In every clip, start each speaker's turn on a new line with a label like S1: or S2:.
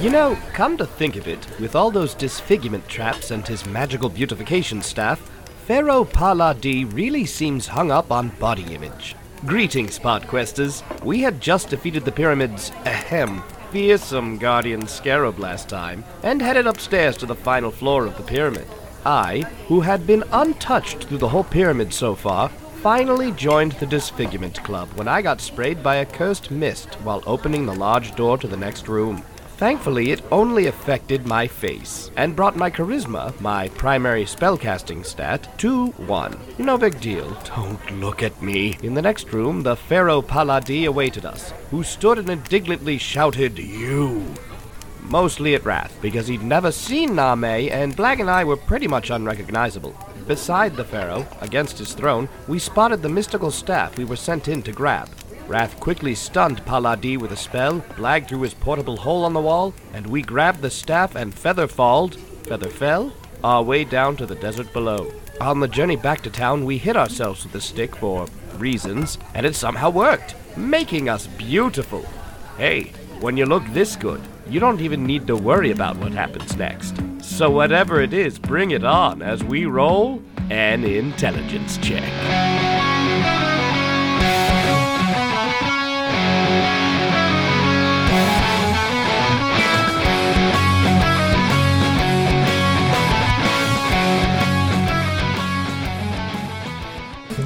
S1: You know, come to think of it, with all those disfigurement traps and his magical beautification staff, Pharaoh Paladi really seems hung up on body image. Greetings, Podquesters. We had just defeated the pyramid's, ahem, fearsome guardian scarab last time, and headed upstairs to the final floor of the pyramid. I, who had been untouched through the whole pyramid so far, finally joined the disfigurement club when I got sprayed by a cursed mist while opening the large door to the next room. Thankfully, it only affected my face and brought my charisma, my primary spellcasting stat, to 1. No big deal. Don't look at me. In the next room, the Pharaoh Paladi awaited us, who stood and indignantly shouted, You! Mostly at Wrath, because he'd never seen Name, and Black and I were pretty much unrecognizable. Beside the Pharaoh, against his throne, we spotted the mystical staff we were sent in to grab. Wrath quickly stunned Paladi with a spell, Blag threw his portable hole on the wall, and we grabbed the staff and feather falled, feather fell, our way down to the desert below. On the journey back to town, we hit ourselves with the stick for reasons, and it somehow worked, making us beautiful. Hey, when you look this good, you don't even need to worry about what happens next. So, whatever it is, bring it on as we roll an intelligence check.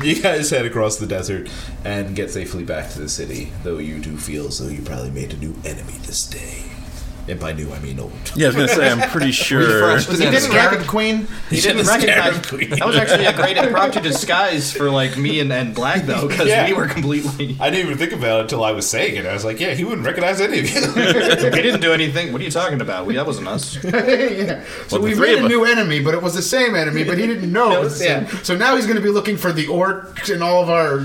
S2: You guys head across the desert and get safely back to the city, though you do feel as though you probably made a new enemy this day. And by new, I mean old.
S3: Yeah, I was gonna say I'm pretty sure.
S4: He didn't
S5: Scarab
S4: rec- Queen. He
S2: He
S4: didn't
S2: was
S4: recognize.
S2: Scarab Queen.
S4: That was actually a great impromptu disguise for like me and, and Black though, because
S2: Yeah.
S4: we were completely.
S2: I didn't even think about it until I was saying it. I was like, yeah, he wouldn't recognize any of you.
S4: we didn't do anything. What are you talking about? We, that wasn't us.
S5: yeah. So
S3: Well,
S5: we
S3: the three
S5: made
S3: of
S5: a
S3: us-
S5: new enemy, but it was the same enemy, but he didn't know. it was the same. So now he's going to be looking for the orcs and all of our.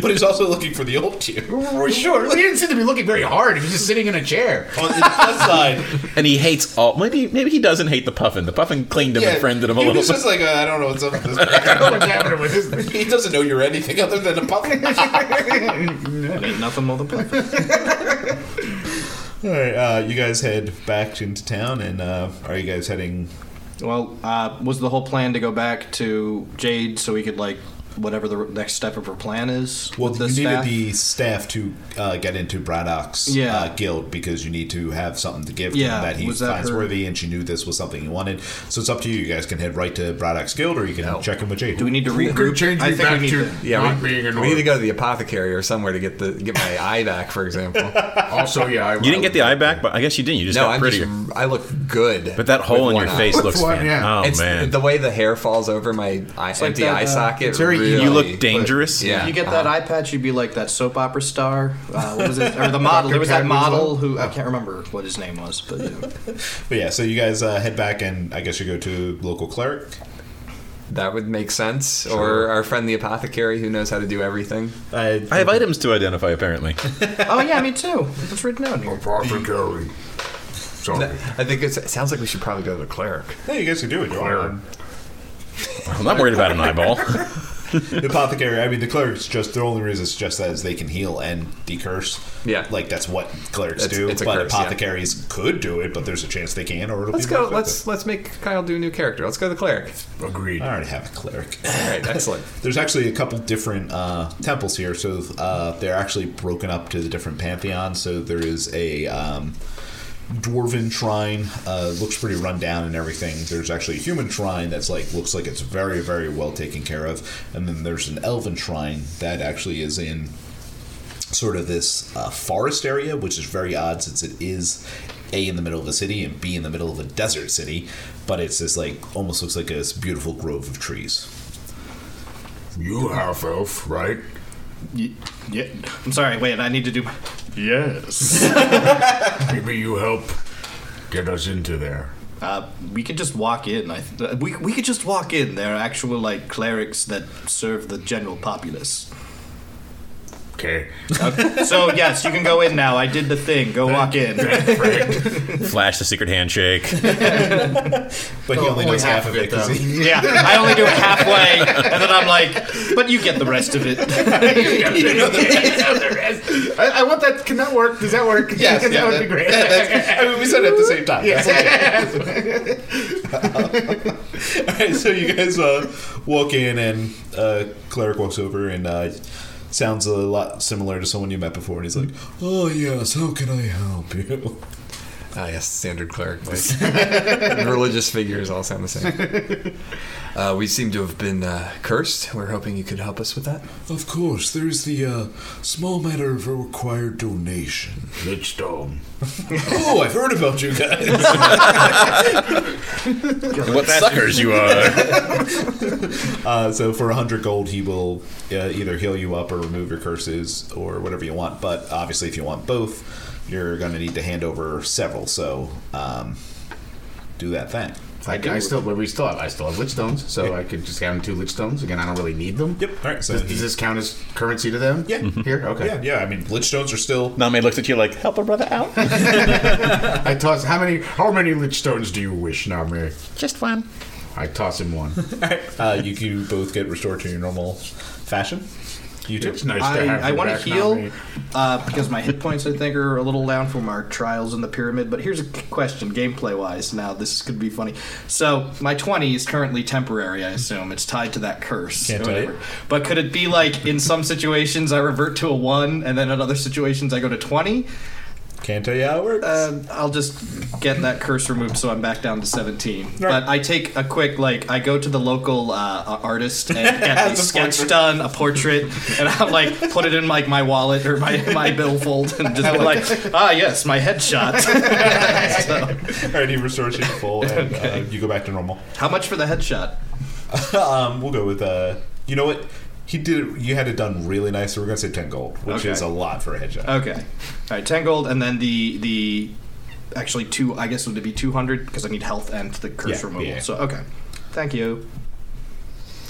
S2: but he's also looking for the old you.
S5: Sure, he didn't seem to be looking very hard. He was just sitting in a chair.
S2: On the plus side,
S3: And he hates all. Maybe maybe he doesn't hate the puffin. The puffin cleaned him
S2: yeah,
S3: and friended him a
S2: he
S3: little
S2: was
S3: bit.
S2: just like, uh, I don't know what's up with this. guy."
S5: What's happening with his thing?
S2: he doesn't know you're anything other than a puppet.
S4: It ain't nothing more than perfect.
S2: All right, uh, you guys head back into town, and uh, are you guys heading?
S4: Well, uh, was the whole plan to go back to Jade so we could like whatever the next step of her plan is?
S2: Well,
S4: with
S2: you
S4: the staff?
S2: needed the staff to uh, get into Braddock's
S4: Yeah.
S2: uh, guild because you need to have something to give
S4: Yeah,
S2: to him that he
S4: was that
S2: finds
S4: her-
S2: worthy, and she knew this was something he wanted. So it's up to you. You guys can head right to Braddock's guild, or you can check in with Jade.
S4: Do we need to
S5: You could
S4: regroup?
S5: change
S4: I
S5: me
S4: think
S5: back
S4: we need
S5: to
S4: to.
S6: Yeah,
S5: not
S6: we,
S5: being an
S6: we need to
S5: orc.
S6: go to the apothecary or somewhere to get the get my eye back, for example.
S5: Also, yeah, I,
S3: You didn't get the eye back, but I guess you didn't. You just
S6: no,
S3: got
S6: I'm
S3: prettier.
S6: just I look good.
S3: but that hole
S6: with
S3: in your
S6: one eye.
S3: face looks.
S5: one,
S3: fan-
S5: yeah.
S3: Oh
S6: it's
S3: man,
S6: the way the hair falls over my eye,
S4: like
S6: empty
S4: that,
S6: eye
S4: uh,
S6: socket.
S5: it's very
S6: really,
S3: you look dangerous.
S6: Yeah.
S4: You get that
S2: Uh-huh.
S4: eye patch, you'd be like that soap opera star. Uh, what was it? Or the model. There was that
S5: Dr.
S4: model who
S2: Oh.
S4: I can't remember what his name was, but yeah.
S2: But yeah, so you guys uh, head back, and I guess you go to local cleric.
S6: That would make sense. Or our friend the apothecary who knows how to do everything.
S2: I,
S3: I have items to identify. Apparently,
S4: oh yeah, me too. It's written down here.
S5: Apothecary. Sorry.
S6: I think it's, it sounds like we should probably go to the cleric.
S2: yeah, you guys can do it. You're
S5: Cleric.
S2: on.
S3: I'm not worried about an eyeball.
S2: The apothecary. I mean, the cleric's just the only reason it's just that is they can heal and decurse.
S6: Yeah.
S2: like that's what clerics
S6: It's-
S2: do.
S6: it's a
S2: but
S6: curse, yeah.
S2: apothecaries could do it, but there's a chance they can, or it'll
S6: Let's
S2: be
S6: go.
S2: more
S6: Let's let's make Kyle do a new character. Let's go to the cleric.
S5: Agreed.
S2: I already have a cleric.
S6: All right, excellent.
S2: There's actually a couple different uh, temples here, so uh, they're actually broken up to the different pantheons. So there is a um, dwarven shrine, uh, looks pretty run down and everything. There's actually a human shrine that's like looks like it's very very well taken care of, and then there's an elven shrine that actually is in sort of this uh, forest area, which is very odd since it is a in the middle of a city and b in the middle of a desert city, but it's this like almost looks like a beautiful grove of trees.
S5: You half elf, right?
S4: Yeah. I'm sorry. Wait, I need to do.
S5: Yes. Maybe you help get us into there.
S4: Uh, we could just walk in. I th- we we could just walk in. They're actual like clerics that serve the general populace.
S5: Okay.
S4: so yes, you can go in now. I did the thing. Go walk in.
S3: Flash the secret handshake.
S2: But he only knows half of it. 'cause he-
S4: yeah, I only do it halfway, and then I'm like, but you get the rest of it.
S5: I, I want that. Can that work? Does that work?
S2: Yes,
S5: that
S2: yeah,
S5: would be great.
S2: that- that's- I mean, we said it at the same time. That's okay. All right, so you guys uh, walk in, and uh, cleric walks over, and uh, sounds a lot similar to someone you met before, and he's like, "Oh yes, how can I help you?"
S6: Ah, yes, standard cleric voice. Religious figures all sound the same. Uh, we seem to have been uh, cursed. We're hoping you could help us with that.
S2: Of course, there's the uh, small matter of a required donation.
S5: Bloodstone.
S2: Oh, I've heard about you guys.
S3: what suckers you are!
S2: Uh, so for 100 gold, he will uh, either heal you up or remove your curses or whatever you want. But obviously, if you want both, you're going to need to hand over several. So um, do that thing.
S5: I, I still, but we still have, I still have lich stones, so I could just have two lich stones. Again, I don't really need them.
S2: Yep. All right. So
S5: Does, does this count as currency to them?
S2: Yeah. Mhm.
S5: Here, okay.
S2: yeah, yeah. I mean, lich stones are still.
S3: Name looks at you like, help a brother out?
S5: I toss. How many? How many lich stones do you wish, Namir?
S3: Just one.
S5: I toss him one.
S2: Uh, you, you both get restored to your normal fashion. You too.
S5: it's nice to have.
S4: I, I
S5: you
S4: want to
S5: back,
S4: heal
S5: Namir.
S4: uh, because my hit points, I think, are a little down from our trials in the pyramid. But here's a question, gameplay wise. Now, this could be funny. So, my 20 is currently temporary, I assume. It's tied to that curse.
S2: Can't
S4: or
S2: tell you.
S4: whatever. But could it be like in some situations I revert to a 1, and then in other situations I go to 20?
S2: Can't tell you how it works.
S4: Uh, I'll just get that curse removed, so I'm back down to 17. But I take a quick like I go to the local uh, artist and get a sketch done, a portrait, and I'm like put it in like my wallet or my my billfold, and just be like, ah yes, my headshot. So,
S2: All right, he restores you to full, and uh, you go back to normal.
S4: how much for the headshot?
S2: um, we'll go with uh, you know what. He did. it- You had it done really nice. So we're gonna say ten gold, which
S4: Okay.
S2: is a lot for a headshot.
S4: Okay, all right, 10 gold, and then the the actually two. I guess would it be 200 because I need health and the curse
S2: Yeah,
S4: removal.
S2: yeah.
S4: So okay, thank you.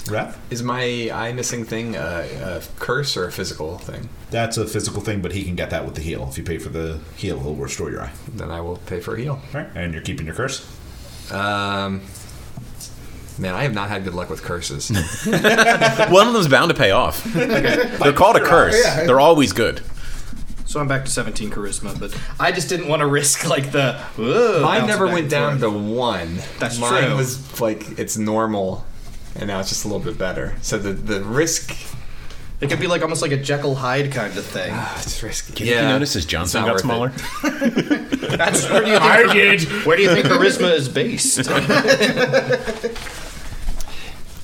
S2: Raph?
S6: Is my eye missing thing a, a curse or a physical thing?
S2: That's a physical thing, but he can get that with the heal. If you pay for the heal, he'll restore your eye.
S6: Then I will pay for a heal.
S2: All right. And you're keeping your curse.
S6: Um, man, I have not had good luck with curses.
S3: One of them's bound to pay off. They're called a curse. They're always good.
S4: So I'm back to 17 charisma, but I just didn't want to risk like the. Whoa,
S6: Mine
S4: bounce
S6: never
S4: back
S6: went
S4: and
S6: down
S4: forth.
S6: to one.
S4: That's
S6: Mine
S4: true.
S6: was like it's normal, and now it's just a little bit better. So the the risk,
S4: It could be like almost like a Jekyll Hyde kind of thing.
S6: oh, it's risky.
S3: Did you notice his Johnson
S6: not
S3: got
S6: worth it.
S3: smaller?
S4: That's where do you think,
S5: I did.
S4: where do you think charisma is based?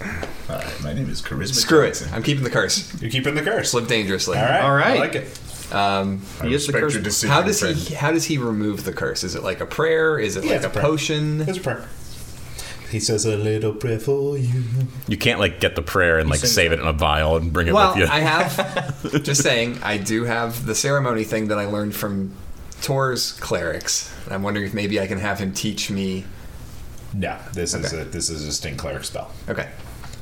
S2: All right. My name is Charisma.
S6: Screw it. I'm keeping the curse.
S2: You're keeping the curse.
S6: Slip dangerously.
S2: All right.
S4: All right.
S2: I like it.
S6: Um,
S5: I
S4: He is the
S5: respect
S4: curse-
S5: your decision,
S6: how does
S5: friend.
S6: he? How does he remove the curse? Is it like a prayer? Is it
S2: Yeah,
S6: like
S2: it's
S6: a
S2: a prayer.
S6: potion?
S2: There's a prayer. He says a little prayer for you.
S3: You can't like get the prayer and like
S4: sings
S3: save it in a vial and bring it
S6: Well,
S3: with you.
S6: I have. just saying, I do have the ceremony thing that I learned from Tor's clerics. And I'm wondering if maybe I can have him teach me.
S2: No, this is
S6: Okay.
S2: a this is a distinct cleric spell.
S6: Okay,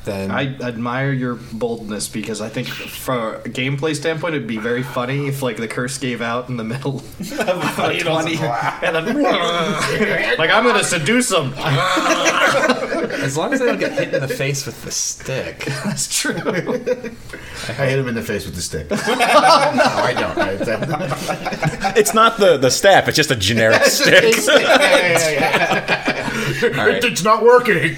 S6: then
S4: I admire your boldness because I think, from a gameplay standpoint, it'd be very funny if like the curse gave out in the middle of a 20, and then like I'm gonna seduce him.
S6: as long as I don't get hit in the face with the stick.
S4: That's true.
S5: I hit him in the face with the stick. no, I don't. I, that,
S3: it's not the, the staff, it's just a generic stick.
S6: All right,
S5: it's not working.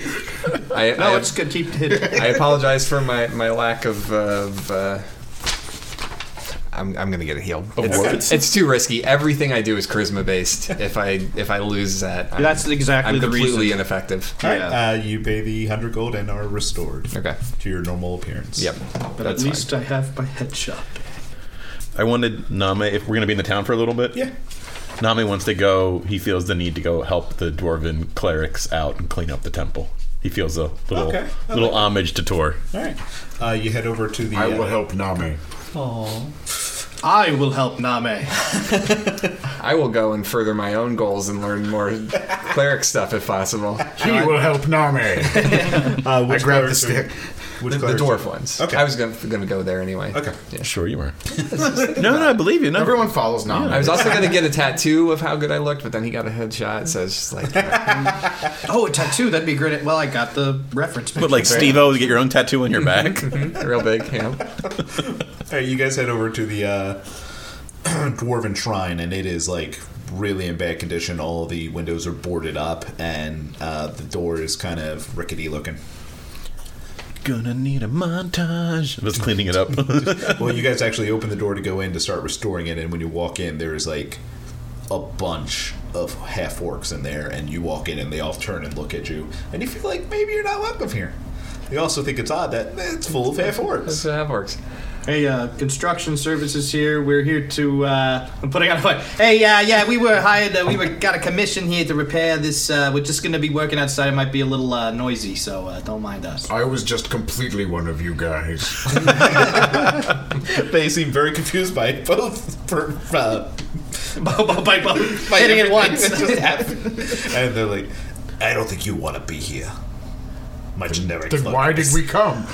S6: I,
S4: No,
S6: I-
S4: it's good. Keep hitting.
S6: I apologize for my, my lack of. Uh, of uh, I'm, I'm gonna get it healed. It's,
S3: words?
S6: it's too risky. Everything I do is charisma based. If I if I lose that, I'm,
S4: That's exactly
S6: I'm
S4: the
S6: completely
S4: reason.
S6: ineffective.
S2: All right.
S4: Yeah.
S2: Uh, you pay the hundred gold and are restored
S6: Okay.
S2: to your normal appearance.
S6: Yep.
S4: But at
S6: That's
S4: least uh, I have my headshot.
S3: I wanted Name, if we're going to be in the town for a little bit.
S2: Yeah.
S3: Name wants to go, he feels the need to go help the dwarven clerics out and clean up the temple. He feels a little
S2: Okay. I
S3: little homage to Tor.
S2: All right. Uh, you head over to the.
S5: I
S2: uh,
S5: will help Nami.
S4: I will help Name.
S6: I will go and further my own goals and learn more cleric stuff if possible.
S5: He will help Name.
S2: Uh, which
S5: I grabbed the
S2: clerics
S5: stick.
S2: Are, which
S6: The, the
S2: clerics
S6: dwarf
S2: are-
S6: ones.
S2: Okay.
S6: I was going to go there anyway.
S2: Okay.
S3: Sure you were. no, no, I believe you. No.
S5: Everyone follows Name.
S6: I was also going to get a tattoo of how good I looked, but then he got a headshot, so it's just like,
S4: Oh, a tattoo. That'd be great. Well, I got the reference.
S3: But like Steve O, get your own tattoo on your back.
S6: mm-hmm, real big, you know.
S2: Hey, you guys head over to the uh, dwarven shrine, and it is like really in bad condition. All the windows are boarded up, and uh, the door is kind of rickety looking.
S3: Gonna need a montage. I was cleaning it up.
S2: well, you guys actually open the door to go in to start restoring it, and when you walk in, there is like a bunch of half orcs in there, and you walk in, and they all turn and look at you, and you feel like maybe you're not welcome here. They also think it's odd that it's full of half
S6: That's
S2: orcs.
S6: how that works.
S4: Hey, uh, construction services here. We're here to. Uh, I'm putting on a fight. Hey, uh, yeah, we were hired. Uh, we were got a commission here to repair this. Uh, we're just gonna be working outside. It might be a little uh, noisy, so uh, don't mind us.
S5: I was just completely one of you guys.
S2: They seem very confused by it, both. For, uh, by
S4: Hitting
S2: everything
S4: it once.
S2: that just happened. and they're like, "I don't think you want to be here." My generic.
S5: then
S2: look
S5: why did
S2: is-
S5: we come?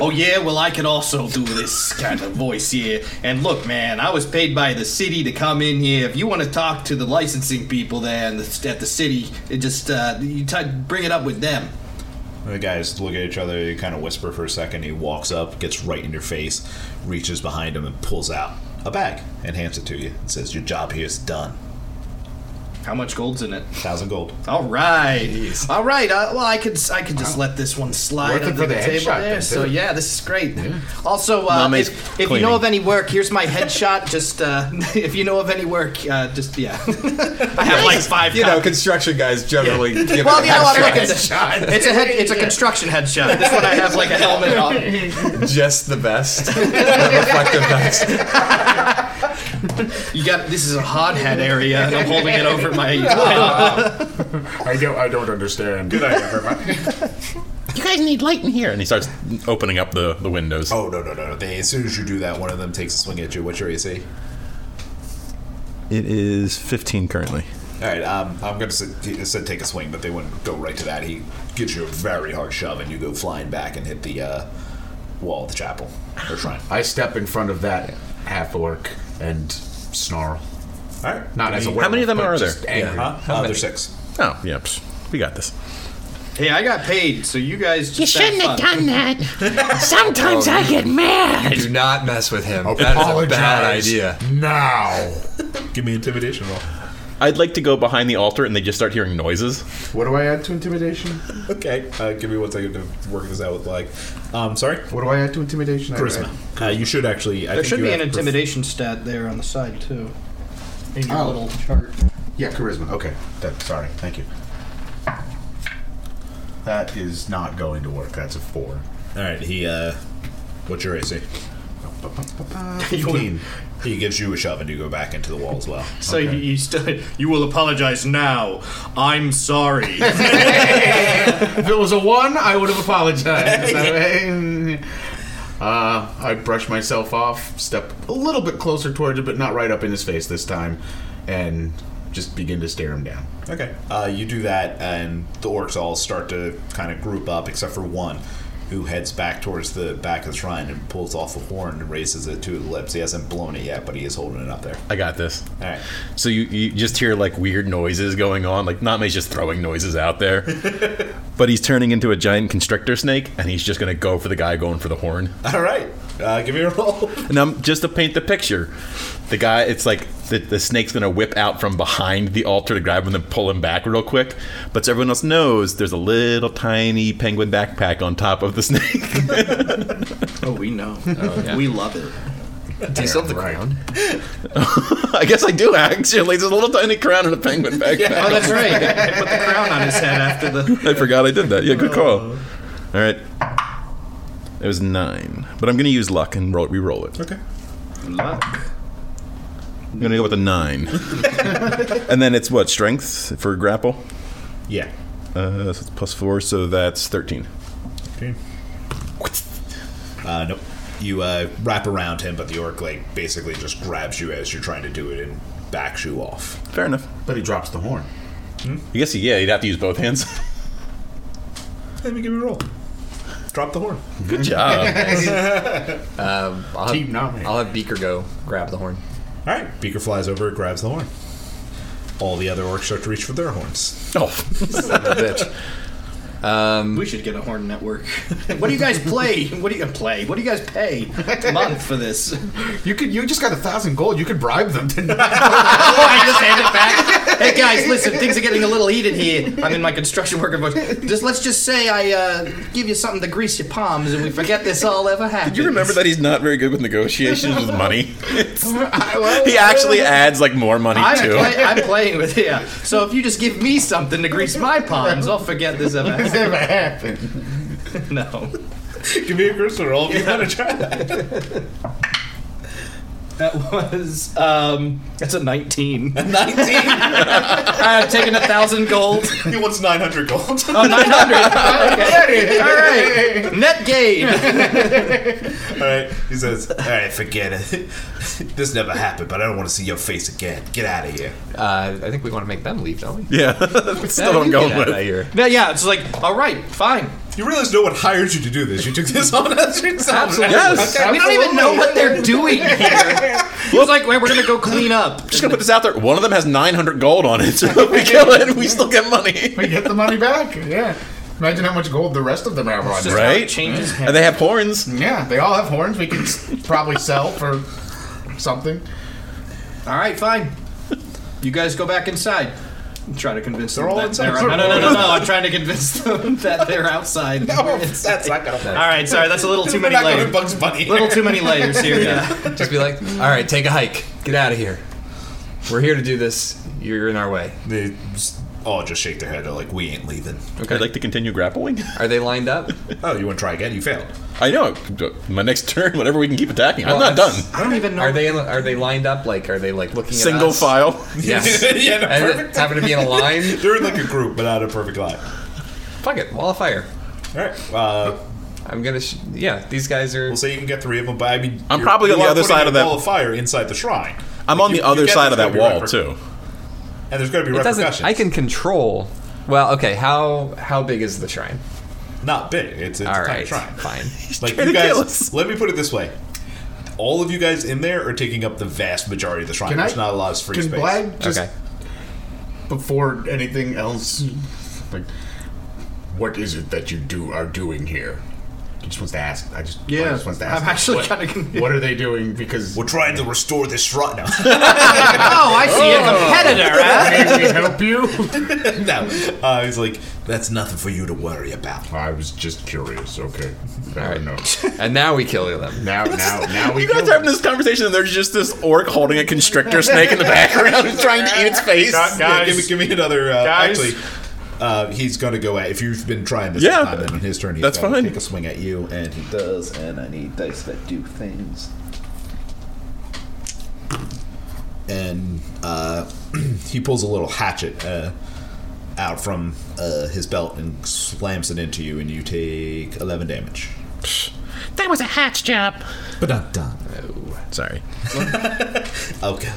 S4: Oh yeah, well I can also do this kind of voice here. And look, man, I was paid by the city to come in here. If you want to talk to the licensing people there and the, at the city, it just uh, you t- bring it up with them.
S2: The guys look at each other, they kind of whisper for a second. He walks up, gets right in your face, reaches behind him, and pulls out a bag and hands it to you. It says, Your job here is done.
S4: How much gold's in it?
S2: Thousand gold.
S4: All right, all right. Uh, well, I could I could just let this one slide
S5: Worth it
S4: under
S5: for
S4: the,
S5: the
S4: table
S5: headshot
S4: there.
S5: then,
S4: So
S5: too.
S4: yeah, this is great. Also, uh,
S3: Name's
S4: if, if you
S3: cleaning.
S4: know of any work, here's my headshot. Just uh, if you know of any work, uh, just yeah. I have like five.
S6: You know,
S4: copies.
S6: construction guys generally give
S4: Well,
S6: it
S4: you know what? Look,
S6: headshots,
S4: it's, it's a head, it's a construction headshot. This one I have like a helmet on.
S6: just the best. the reflective best.
S4: You got this is a hot head area, and I'm holding it over my.
S5: I don't. I don't understand.
S3: you guys need light in here. And he starts opening up the, the windows.
S2: Oh, no, no, no. no. They, as soon as you do that, one of them takes a swing at you. What's your AC?
S3: It is 15 currently.
S2: All right, um, I'm going to say, it said take a swing, but they wouldn't go right to that. He gives you a very hard shove, and you go flying back and hit the uh, wall of the chapel or shrine.
S5: I step in front of that half orc and snarl.
S2: All right.
S5: Not as a
S3: How many of them
S5: werewolf,
S3: are
S5: but just
S3: there?
S5: angry.
S2: Huh? Uh, there's six.
S3: Oh, yeah. psh, we got this.
S4: Hey, I got paid, so you guys. Just
S7: You shouldn't have done that. Sometimes I get mad.
S6: Do not mess with him.
S2: Oh,
S6: That is a
S5: Apologize
S6: bad idea.
S5: Now,
S2: Give me intimidation roll.
S3: I'd like to go behind the altar and they just start hearing noises.
S5: what do I add to intimidation?
S2: Okay. Uh, give me one second to work this out with like. Um, sorry.
S5: What do I add to intimidation? I-
S2: Charisma. Uh, you should actually. I
S4: There
S2: think
S4: should
S2: you
S4: be an
S2: have perf-
S4: intimidation stat there on the side too. In your
S5: Oh.
S4: little chart.
S5: yeah, charisma. Okay. That, sorry. Thank you. That is not going to work. That's a four.
S2: All right. He. Uh, what's your AC?
S5: Fifteen.
S2: He gives you a shove and you go back into the wall as well.
S4: So you, you still you will apologize now. I'm sorry.
S5: if it was a one, I would have apologized. I- uh, I brush myself off, step a little bit closer towards it, but not right up in his face this time, and just begin to stare him down.
S2: Okay. Uh, you do that, and the orcs all start to kind of group up, except for one, who heads back towards the back of the shrine and pulls off a horn and raises it to his lips. He hasn't blown it yet, but he is holding it up there.
S3: I got this.
S2: All right.
S3: So you, you just hear like weird noises going on. Like Name's just throwing noises out there. but he's turning into a giant constrictor snake and he's just going to go for the guy going for the horn.
S2: All right. Uh, give me a roll.
S3: And I'm just to paint the picture. The guy, it's like the, the snake's gonna whip out from behind the altar to grab him and pull him back real quick. But so everyone else knows, there's a little tiny penguin backpack on top of the snake.
S4: oh, we know. We love it.
S6: Do you still have the crown?
S3: I guess I do actually. There's a little tiny crown and a penguin backpack.
S4: Oh, that's right. I put the crown on his head after the. Oh.
S3: I forgot I did that. Yeah, good call. All right. It was nine, but I'm gonna use luck and roll, re-roll it.
S2: Okay.
S3: I'm gonna go with a nine, and then it's what strength for grapple.
S2: Yeah.
S3: Uh, so it's plus four, so that's thirteen.
S2: Uh, nope. You uh, wrap around him, but the orc like basically just grabs you as you're trying to do it and backs you off.
S3: Fair enough.
S5: But he drops the horn.
S4: Hmm?
S3: I guess, yeah, you'd have to use both hands.
S2: Let me give you a roll. Drop the horn.
S3: Good job.
S6: I'll have,
S5: Team nominated.
S6: I'll have Beaker go grab the horn.
S2: All right. Beaker flies over, grabs the horn. All the other orcs start to reach for their horns.
S3: oh,
S6: Bitch.
S4: We should get a horn network. what do you guys play? What do you play? What do you guys pay a month for this?
S5: You could. You just got a thousand gold. You could bribe them to.
S4: Oh, I just hand it back. Hey guys, listen, things are getting a little heated here. I'm in my construction worker voice. Just let's just say I uh, give you something to grease your palms, and we forget this all ever happened.
S3: you remember that he's not very good with negotiations with money. It's- he actually adds like more money
S4: I'm,
S3: too.
S4: play- I'm playing with yeah. So if you just give me something to grease my palms, I'll forget this ever happened.
S5: Never happened.
S4: No.
S2: Give me a crystal roll if you want to try that.
S4: That was um. That's a nineteen. Nineteen. I've taken a thousand gold.
S2: He wants 900 gold.
S4: Oh, nine hundred. Okay. All right. Net gain.
S2: All right. He says, "All right, forget it. this never happened, but I don't want to see your face again. Get out of here."
S6: Uh, I think we want to make them leave, don't we?
S3: yeah, that's still what I'm going with.
S4: Yeah, yeah. It's like all right, fine.
S2: You realize no one hired you to do this. You took this on as yourself.
S4: Absolutely.
S3: Yes.
S4: We don't even know what they're doing here. It's like, wait, we're gonna go clean up.
S3: Just gonna put this out there. One of them has 900 gold on it, so if we kill it, we still get money.
S5: We get the money back. Yeah. Imagine how much gold the rest of them have on.
S4: Just
S5: them.
S4: how it
S3: Right?
S4: Changes
S3: And
S4: hands.
S3: they have horns.
S5: Yeah, they all have horns. We could s- probably sell for something.
S4: All right, fine. You guys go back inside. I'm trying to convince them
S2: all
S4: that
S2: inside.
S4: they're no, no, no, no, no. I'm trying to convince them that they're outside.
S2: Oh, that's not gonna
S4: All right, sorry. That's a little too
S2: We're
S4: many
S2: not going to
S4: layers.
S2: Bugs Bunny.
S4: little too many layers here. Yeah.
S6: Just be like, all right, take a hike. Get out of here. We're here to do this. You're in our way.
S2: They just all just shake their head. They're like, "We ain't leaving."
S6: Okay.
S3: I'd like to continue grappling.
S6: Are they lined up?
S2: Oh, you want to try again? You failed.
S3: I know. My next turn, whenever we can keep attacking, I'm not done.
S6: that's-
S4: I don't even know.
S6: Are they in, are they lined up? Like, are they like looking
S3: Single
S6: at us?
S3: file.
S6: Yes.
S2: yeah, no,
S6: and
S2: perfect.
S6: it happen to be in a line.
S2: They're in like a group, but not a perfect line.
S6: Fuck it, wall of fire.
S2: All right. Uh,
S6: I'm gonna. Sh- yeah, these guys are.
S2: we'll say you can get three of them, but I mean,
S3: I'm
S2: you're-
S3: probably
S2: you
S3: on the
S2: are
S3: other
S2: putting
S3: side
S2: a
S3: of that-
S2: wall of fire inside the shrine,
S3: I'm on
S2: You-
S3: the
S2: you
S3: other
S2: get this
S3: side of that
S2: every
S3: wall
S2: reper-
S3: too.
S2: and there's going to be
S6: it
S2: repercussions.
S6: doesn't. I can control. Well, okay. How how big is the shrine?
S2: Not big. It's, it's a
S6: All
S2: tiny
S6: right,
S2: shrine.
S6: fine.
S2: Like
S3: trying
S2: you
S3: to
S2: guys,
S3: kill us.
S2: let me put it this way: all of you guys in there are taking up the vast majority of the shrine.
S5: Can I-
S2: There's not a lot of free
S5: Can
S2: space.
S5: Blad just
S6: okay.
S5: before anything else? Like, what is it that you do are doing here? He just wants to ask. I just I
S4: Yeah.
S5: just wants to ask.
S4: I'm actually
S5: what,
S4: kind of confused.
S5: what are they doing? Because
S2: We're trying to restore this shrine. No,
S4: Oh, I see a competitor. huh?
S5: can we help you?
S2: no. Uh, he's like, that's nothing for you to worry about.
S5: I was just curious. Okay, I don't know.
S6: And now we kill them.
S5: Now, now, now we
S3: You guys
S5: killed
S3: are having
S5: them.
S3: this conversation, and there's just this orc holding a constrictor snake in the background, who's trying to eat its face.
S5: God, God.
S2: Yeah, give, me, give me another. Uh,
S5: Guys.
S2: Actually, uh, he's going to go at. If you've been trying this whole
S3: Yeah,
S2: time, then on his turn, he's
S3: that's
S2: gonna
S3: fine.
S2: Take a swing at you, and he does. And I need dice that do things. And uh, he pulls a little hatchet uh, out from uh, his belt and slams it into you, and you take eleven damage.
S7: That was a hatch job.
S2: But not done.
S3: Sorry.
S2: Okay.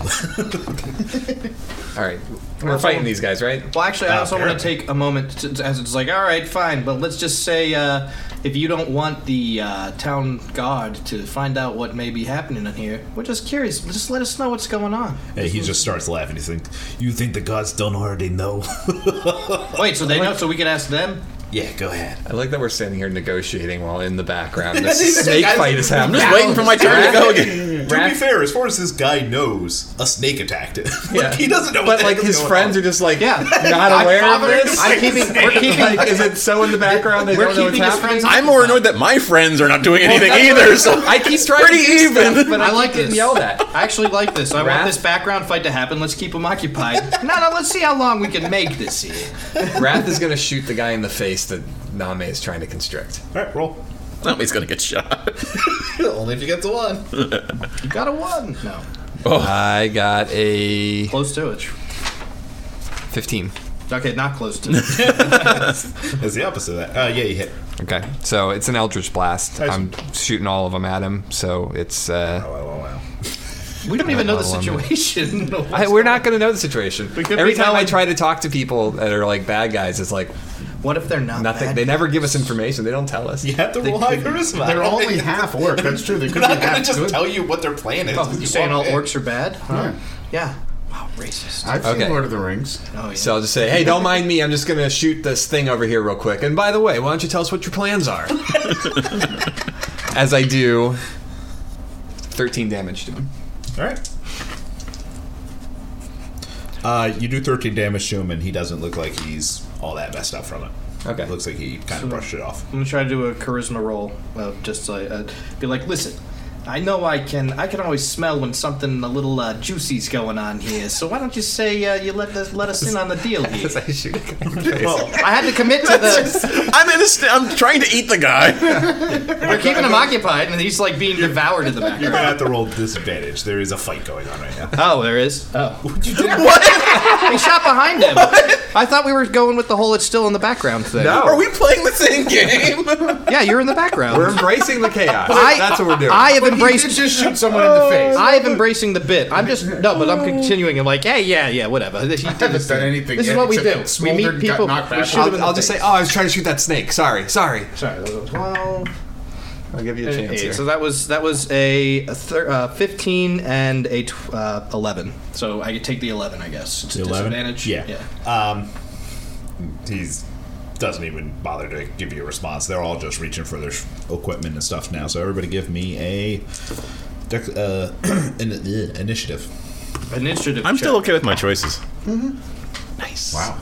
S6: All right, we're fighting these guys, right?
S4: Well, actually, I
S2: Uh,
S4: also want to take a moment to, to- as it's like, all right, fine, but let's just say uh, if you don't want the uh, town guard to find out what may be happening in here, we're just curious. Just let us know what's going on.
S2: and he just starts laughing. He's like, "You think the gods don't already know?"
S4: Wait, so they know, so we can ask them.
S2: yeah, go ahead.
S6: I like that we're standing here negotiating while in the background this snake fight is happening.
S3: Just waiting for my turn to go again.
S2: To
S6: Raph-
S2: be fair, as far as this guy knows, a snake attacked it. like,
S6: Yeah.
S2: He doesn't know. what
S6: But
S2: the
S6: like
S2: heck is
S6: his
S2: going
S6: friends
S2: on.
S6: are just like
S4: Yeah.
S6: not aware of this.
S4: I'm keeping. We're keeping.
S6: Like, is it so in the background they
S4: We're
S6: don't know what's
S4: keeping his
S6: happening?
S4: friends-
S3: I'm more annoyed that my friends are not doing anything either. So
S6: I keep trying
S3: Pretty
S6: to do stuff,
S3: even.
S6: but I,
S4: I like
S6: keep getting
S4: this.
S6: yelled at.
S4: I actually like this. I
S6: Raph?
S4: want this background fight to happen. Let's keep them occupied. no, no. Let's see how long we can make this here.
S6: Wrath is gonna shoot the guy in the face that Name is trying to constrict.
S2: All right, roll.
S3: nobody's gonna get shot.
S2: Only if you get the one.
S4: You got a one. No,
S6: Oh. I got a
S4: close to it.
S6: 15.
S4: Okay, not close to it.
S2: That's the opposite of that. Uh, yeah, you hit.
S6: Okay, so it's an Eldritch Blast.
S2: I see.
S6: I'm shooting all of them at him, so it's. Uh,
S2: Wow, wow, wow, wow.
S4: We don't even know the
S6: Well, I mean-
S4: situation.
S6: I, we're not going to know the situation.
S4: could
S6: Every
S4: be
S6: time I
S4: knowing-
S6: try to talk to people that are like bad guys, it's like
S4: What if they're not?
S6: nothing.
S4: bad
S6: They never give us information. They don't tell us.
S2: You have to roll high charisma.
S5: They're only half orc. That's true. They could
S2: They're
S5: be
S2: not gonna
S5: half
S2: just
S5: good.
S2: tell you what their plan is.
S4: Oh,
S2: if
S4: you
S2: you
S4: saying all
S2: walk in.
S4: orcs are bad? Huh? Yeah. Wow, racist.
S5: I've seen
S6: Okay.
S5: Lord of the Rings.
S4: oh, yeah.
S6: So I'll just say, hey, don't mind me. I'm just going to shoot this thing over here real quick. And by the way, why don't you tell us what your plans are? As I do 13 damage to him.
S2: All right. Uh, you do 13 damage to him, and he doesn't look like he's all that messed up from it.
S6: Okay.
S2: Looks like he kind of brushed it off.
S4: I'm gonna try to do a charisma roll. Uh, just like uh, be like, listen, I know I can. I can always smell when something a little uh, juicy's going on here. So why don't you say uh, you let us let us in on the deal here?
S6: As I shoot a guy in the face.
S4: I had to commit to the.
S3: I'm in a st- I'm trying to eat the guy.
S4: We're keeping him occupied, and he's like being devoured in the
S2: You're gonna
S4: background.
S2: have to roll disadvantage. There is a fight going on right now.
S4: Oh, there is. Oh,
S3: what?
S4: he shot behind him. I thought we were going with the whole "it's still in the background" thing.
S3: Are we playing the same game?
S4: Yeah, you're in the background.
S6: We're embracing the chaos.
S4: I-
S6: That's what we're doing.
S4: I have
S5: You
S4: embraced.
S5: could just shoot someone in the face.
S4: I am embracing the bit. I'm just no, but I'm continuing. I'm like, hey, yeah, yeah, whatever. He did
S5: haven't
S4: this
S5: done
S4: thing.
S5: anything
S4: This is
S5: yet
S4: what we
S5: except
S4: do.
S5: that
S4: We meet
S5: Smolder got
S4: people.
S5: knocked
S4: We
S5: back.
S4: shoot him in
S6: I'll,
S4: the
S6: I'll just say,
S4: face.
S6: oh, I was trying to shoot that snake. Sorry, sorry.
S4: Sorry, that was a 12.
S6: I'll give you a
S4: Eight.
S6: chance here.
S4: So that was that was a, a thir- uh, 15 and a tw- uh, 11. So I could take the 11, I guess. It's a disadvantage.
S2: Yeah.
S4: yeah.
S2: Um, he's doesn't even bother to give you a response. They're all just reaching for their sh- equipment and stuff now. So everybody, give me a dec- uh, in- uh, initiative.
S4: Initiative.
S3: I'm
S4: check.
S3: still okay with my choices. Nice.
S5: Wow.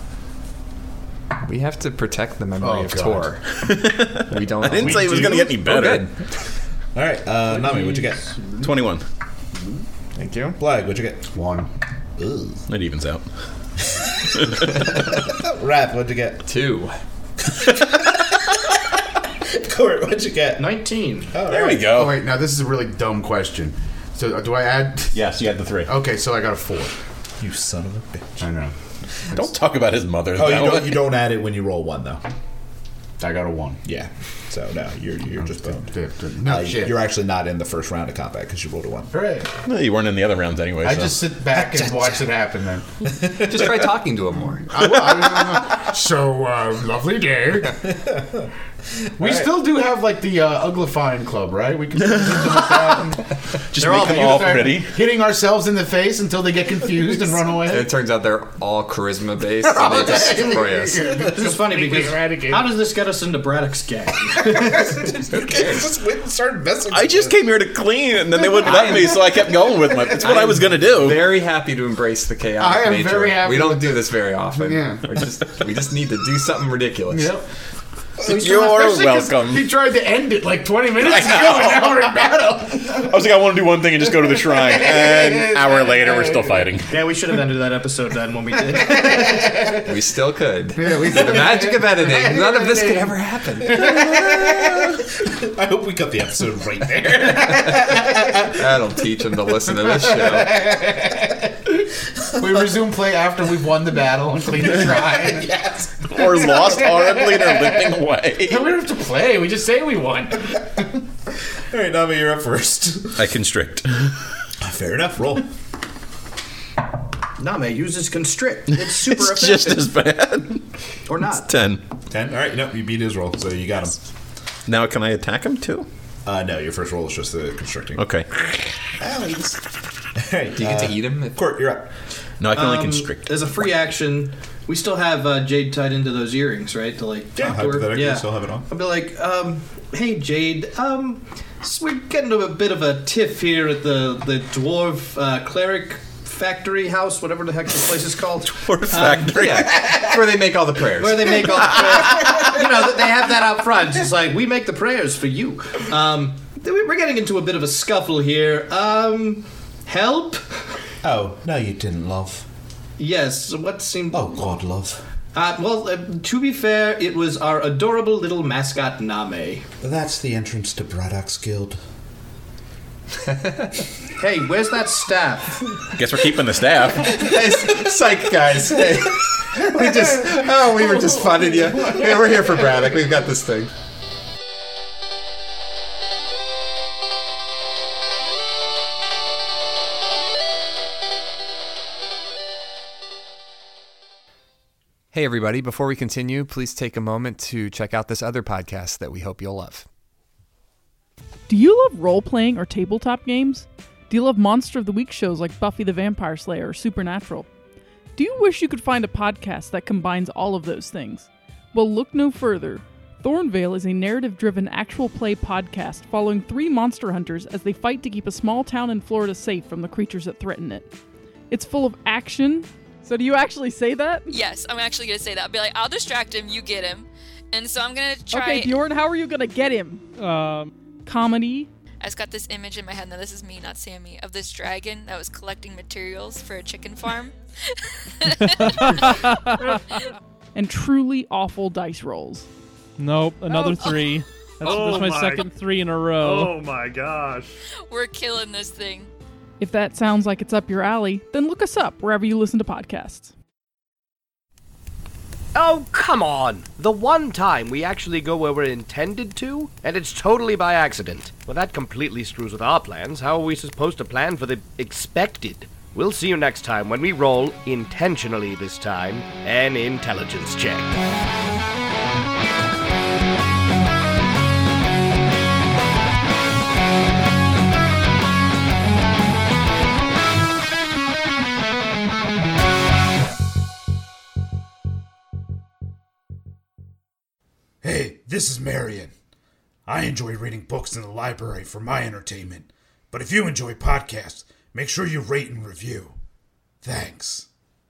S6: We have to protect the memory
S2: Oh,
S6: of
S2: God.
S6: Tor. we don't.
S3: I didn't say it was
S2: do?
S3: going to get any
S6: Oh,
S3: better.
S6: good.
S2: All right, uh, Nami, what'd you get?
S3: 21.
S6: Thank you.
S2: Flag, what'd you get?
S5: One.
S2: Ugh.
S3: It evens out.
S2: Raph, what'd you get?
S6: Two.
S2: Court, what'd you get?
S4: 19.
S2: All
S3: There we
S2: right.
S5: Oh
S3: go.
S5: wait, now this is a really dumb question. So uh, do I add?
S3: Yes, you had the three.
S5: Okay, so I got a four.
S2: You son of a bitch.
S5: I know.
S3: Don't talk about his mother.
S2: Oh,
S3: that
S2: you don't,
S3: way.
S2: you don't add it when you roll one though.
S5: I got a one.
S2: Yeah. So no, you're you're just boned.
S5: No
S2: Uh,
S5: shit.
S2: You're actually not in the first round of combat because you rolled a one.
S5: Hooray.
S3: No, you weren't in the other rounds anyway.
S5: I
S3: so.
S5: just sit back and watch it happen then.
S6: Just try talking to him more.
S5: I will, I will. so uh, lovely day. We still do have like the uh, uglifying club, right? We can still do that.
S3: just
S4: They're
S3: make
S4: all
S3: them all
S5: Start
S3: pretty.
S5: hitting ourselves in the face until they get confused and run
S6: And
S5: away.
S6: it turns out they're all charisma based, and they oh, destroy us.
S4: This is funny because how does this get us into Braddock's gang?
S2: just went and started messing.
S3: I just came here to clean, and then they wouldn't let me, so I kept going with my. That's what I, was gonna do.
S6: Very happy to embrace the chaos.
S5: I am
S6: nature.
S5: very happy
S6: We
S5: with
S6: don't do this very often.
S5: Yeah.
S6: We just we just need to do something ridiculous.
S5: Yep.
S3: You are
S5: Especially 'cause
S3: welcome.
S5: He tried to end it like 20 minutes ago.
S3: I know.
S5: Now we're in battle.
S3: I was like, I want to do one thing and just go to the shrine. And an hour later, we're still fighting.
S4: yeah, we should have ended that episode then when we did.
S6: We still could.
S5: Yeah, we
S6: The magic of editing. None of this could ever happen.
S2: I hope we cut the episode right there.
S6: That'll teach him to listen to this show.
S5: We resume play after we've won the battle and cleaned the shrine.
S3: Or lost horribly and are limping away.
S5: We don't have to play. We just say we won.
S2: All right, Nami, you're up first.
S3: I constrict.
S2: Ah, Fair enough. Roll.
S4: Name uses constrict. It's super
S3: It's
S4: effective.
S3: just as bad.
S4: or not.
S3: Ten.
S2: Ten. All right. No, you beat his roll, so you got him.
S3: Now can I attack him too?
S2: Uh, no, your first roll is just the constricting.
S3: Okay.
S2: Alex. All right.
S6: Ah,
S2: uh,
S6: Do you get to eat him?
S2: Court, you're up.
S3: No, I can only
S4: Um,
S3: constrict.
S4: As a free action, we still have uh, Jade tied into those earrings, right? To like
S2: Yeah,
S4: talk to her.
S2: hypothetically, you still have it on.
S4: I'll be like, um, hey Jade, um, s- we're getting to a bit of a tiff here at the the dwarf uh, cleric factory house, whatever the heck this place is called. Um,
S3: Or factory.
S6: Yeah. That's where they make all the prayers.
S4: Where they make all the prayers. you know, they have that out front. It's like, we make the prayers for you. Um, th- we're getting into a bit of a scuffle here. Um, help?
S2: Oh no, you didn't, love.
S4: Yes, what seemed.
S2: Oh God, love.
S4: Uh, well, uh, to be fair, it was our adorable little mascot Name.
S2: That's the entrance to Braddock's Guild.
S4: Hey, where's that staff?
S3: Guess we're keeping the staff.
S6: Psych guys. Hey. We just oh, we were just funning you. Hey, we're here for Braddock. We've got this thing. Hey, everybody, before we continue, please take a moment to check out this other podcast that we hope you'll love.
S5: Do you love role playing or tabletop games? Do you love Monster of the Week shows like Buffy the Vampire Slayer or Supernatural? Do you wish you could find a podcast that combines all of those things? Well, look no further. Thornvale is a narrative driven actual play podcast following three monster hunters as they fight to keep a small town in Florida safe from the creatures that threaten it. It's full of action. So, do you actually say that?
S8: Yes, I'm actually gonna say that. I'll be like, I'll distract him, you get him. And so I'm gonna try.
S5: Okay, Bjorn, how are you going to get him? Um, Comedy,
S8: I just got this image in my head. Now this is me, not Sammy, of this dragon that was collecting materials for a chicken farm.
S5: and truly awful dice rolls.
S9: Nope, another three. That's,
S10: Oh
S9: that's my,
S10: my-
S9: second three in a row.
S10: Oh my gosh.
S8: We're killing this thing.
S5: If that sounds like it's up your alley, then look us up wherever you listen to podcasts.
S1: Oh, come on! The one time we actually go where we're intended to, and it's totally by accident. Well, that completely screws with our plans. How are we supposed to plan for the expected? We'll see you next time when we roll, intentionally this time, an intelligence check.
S11: Hey, this is Marion. I enjoy reading books in the library for my entertainment, but if you enjoy podcasts, make sure you rate and review. Thanks.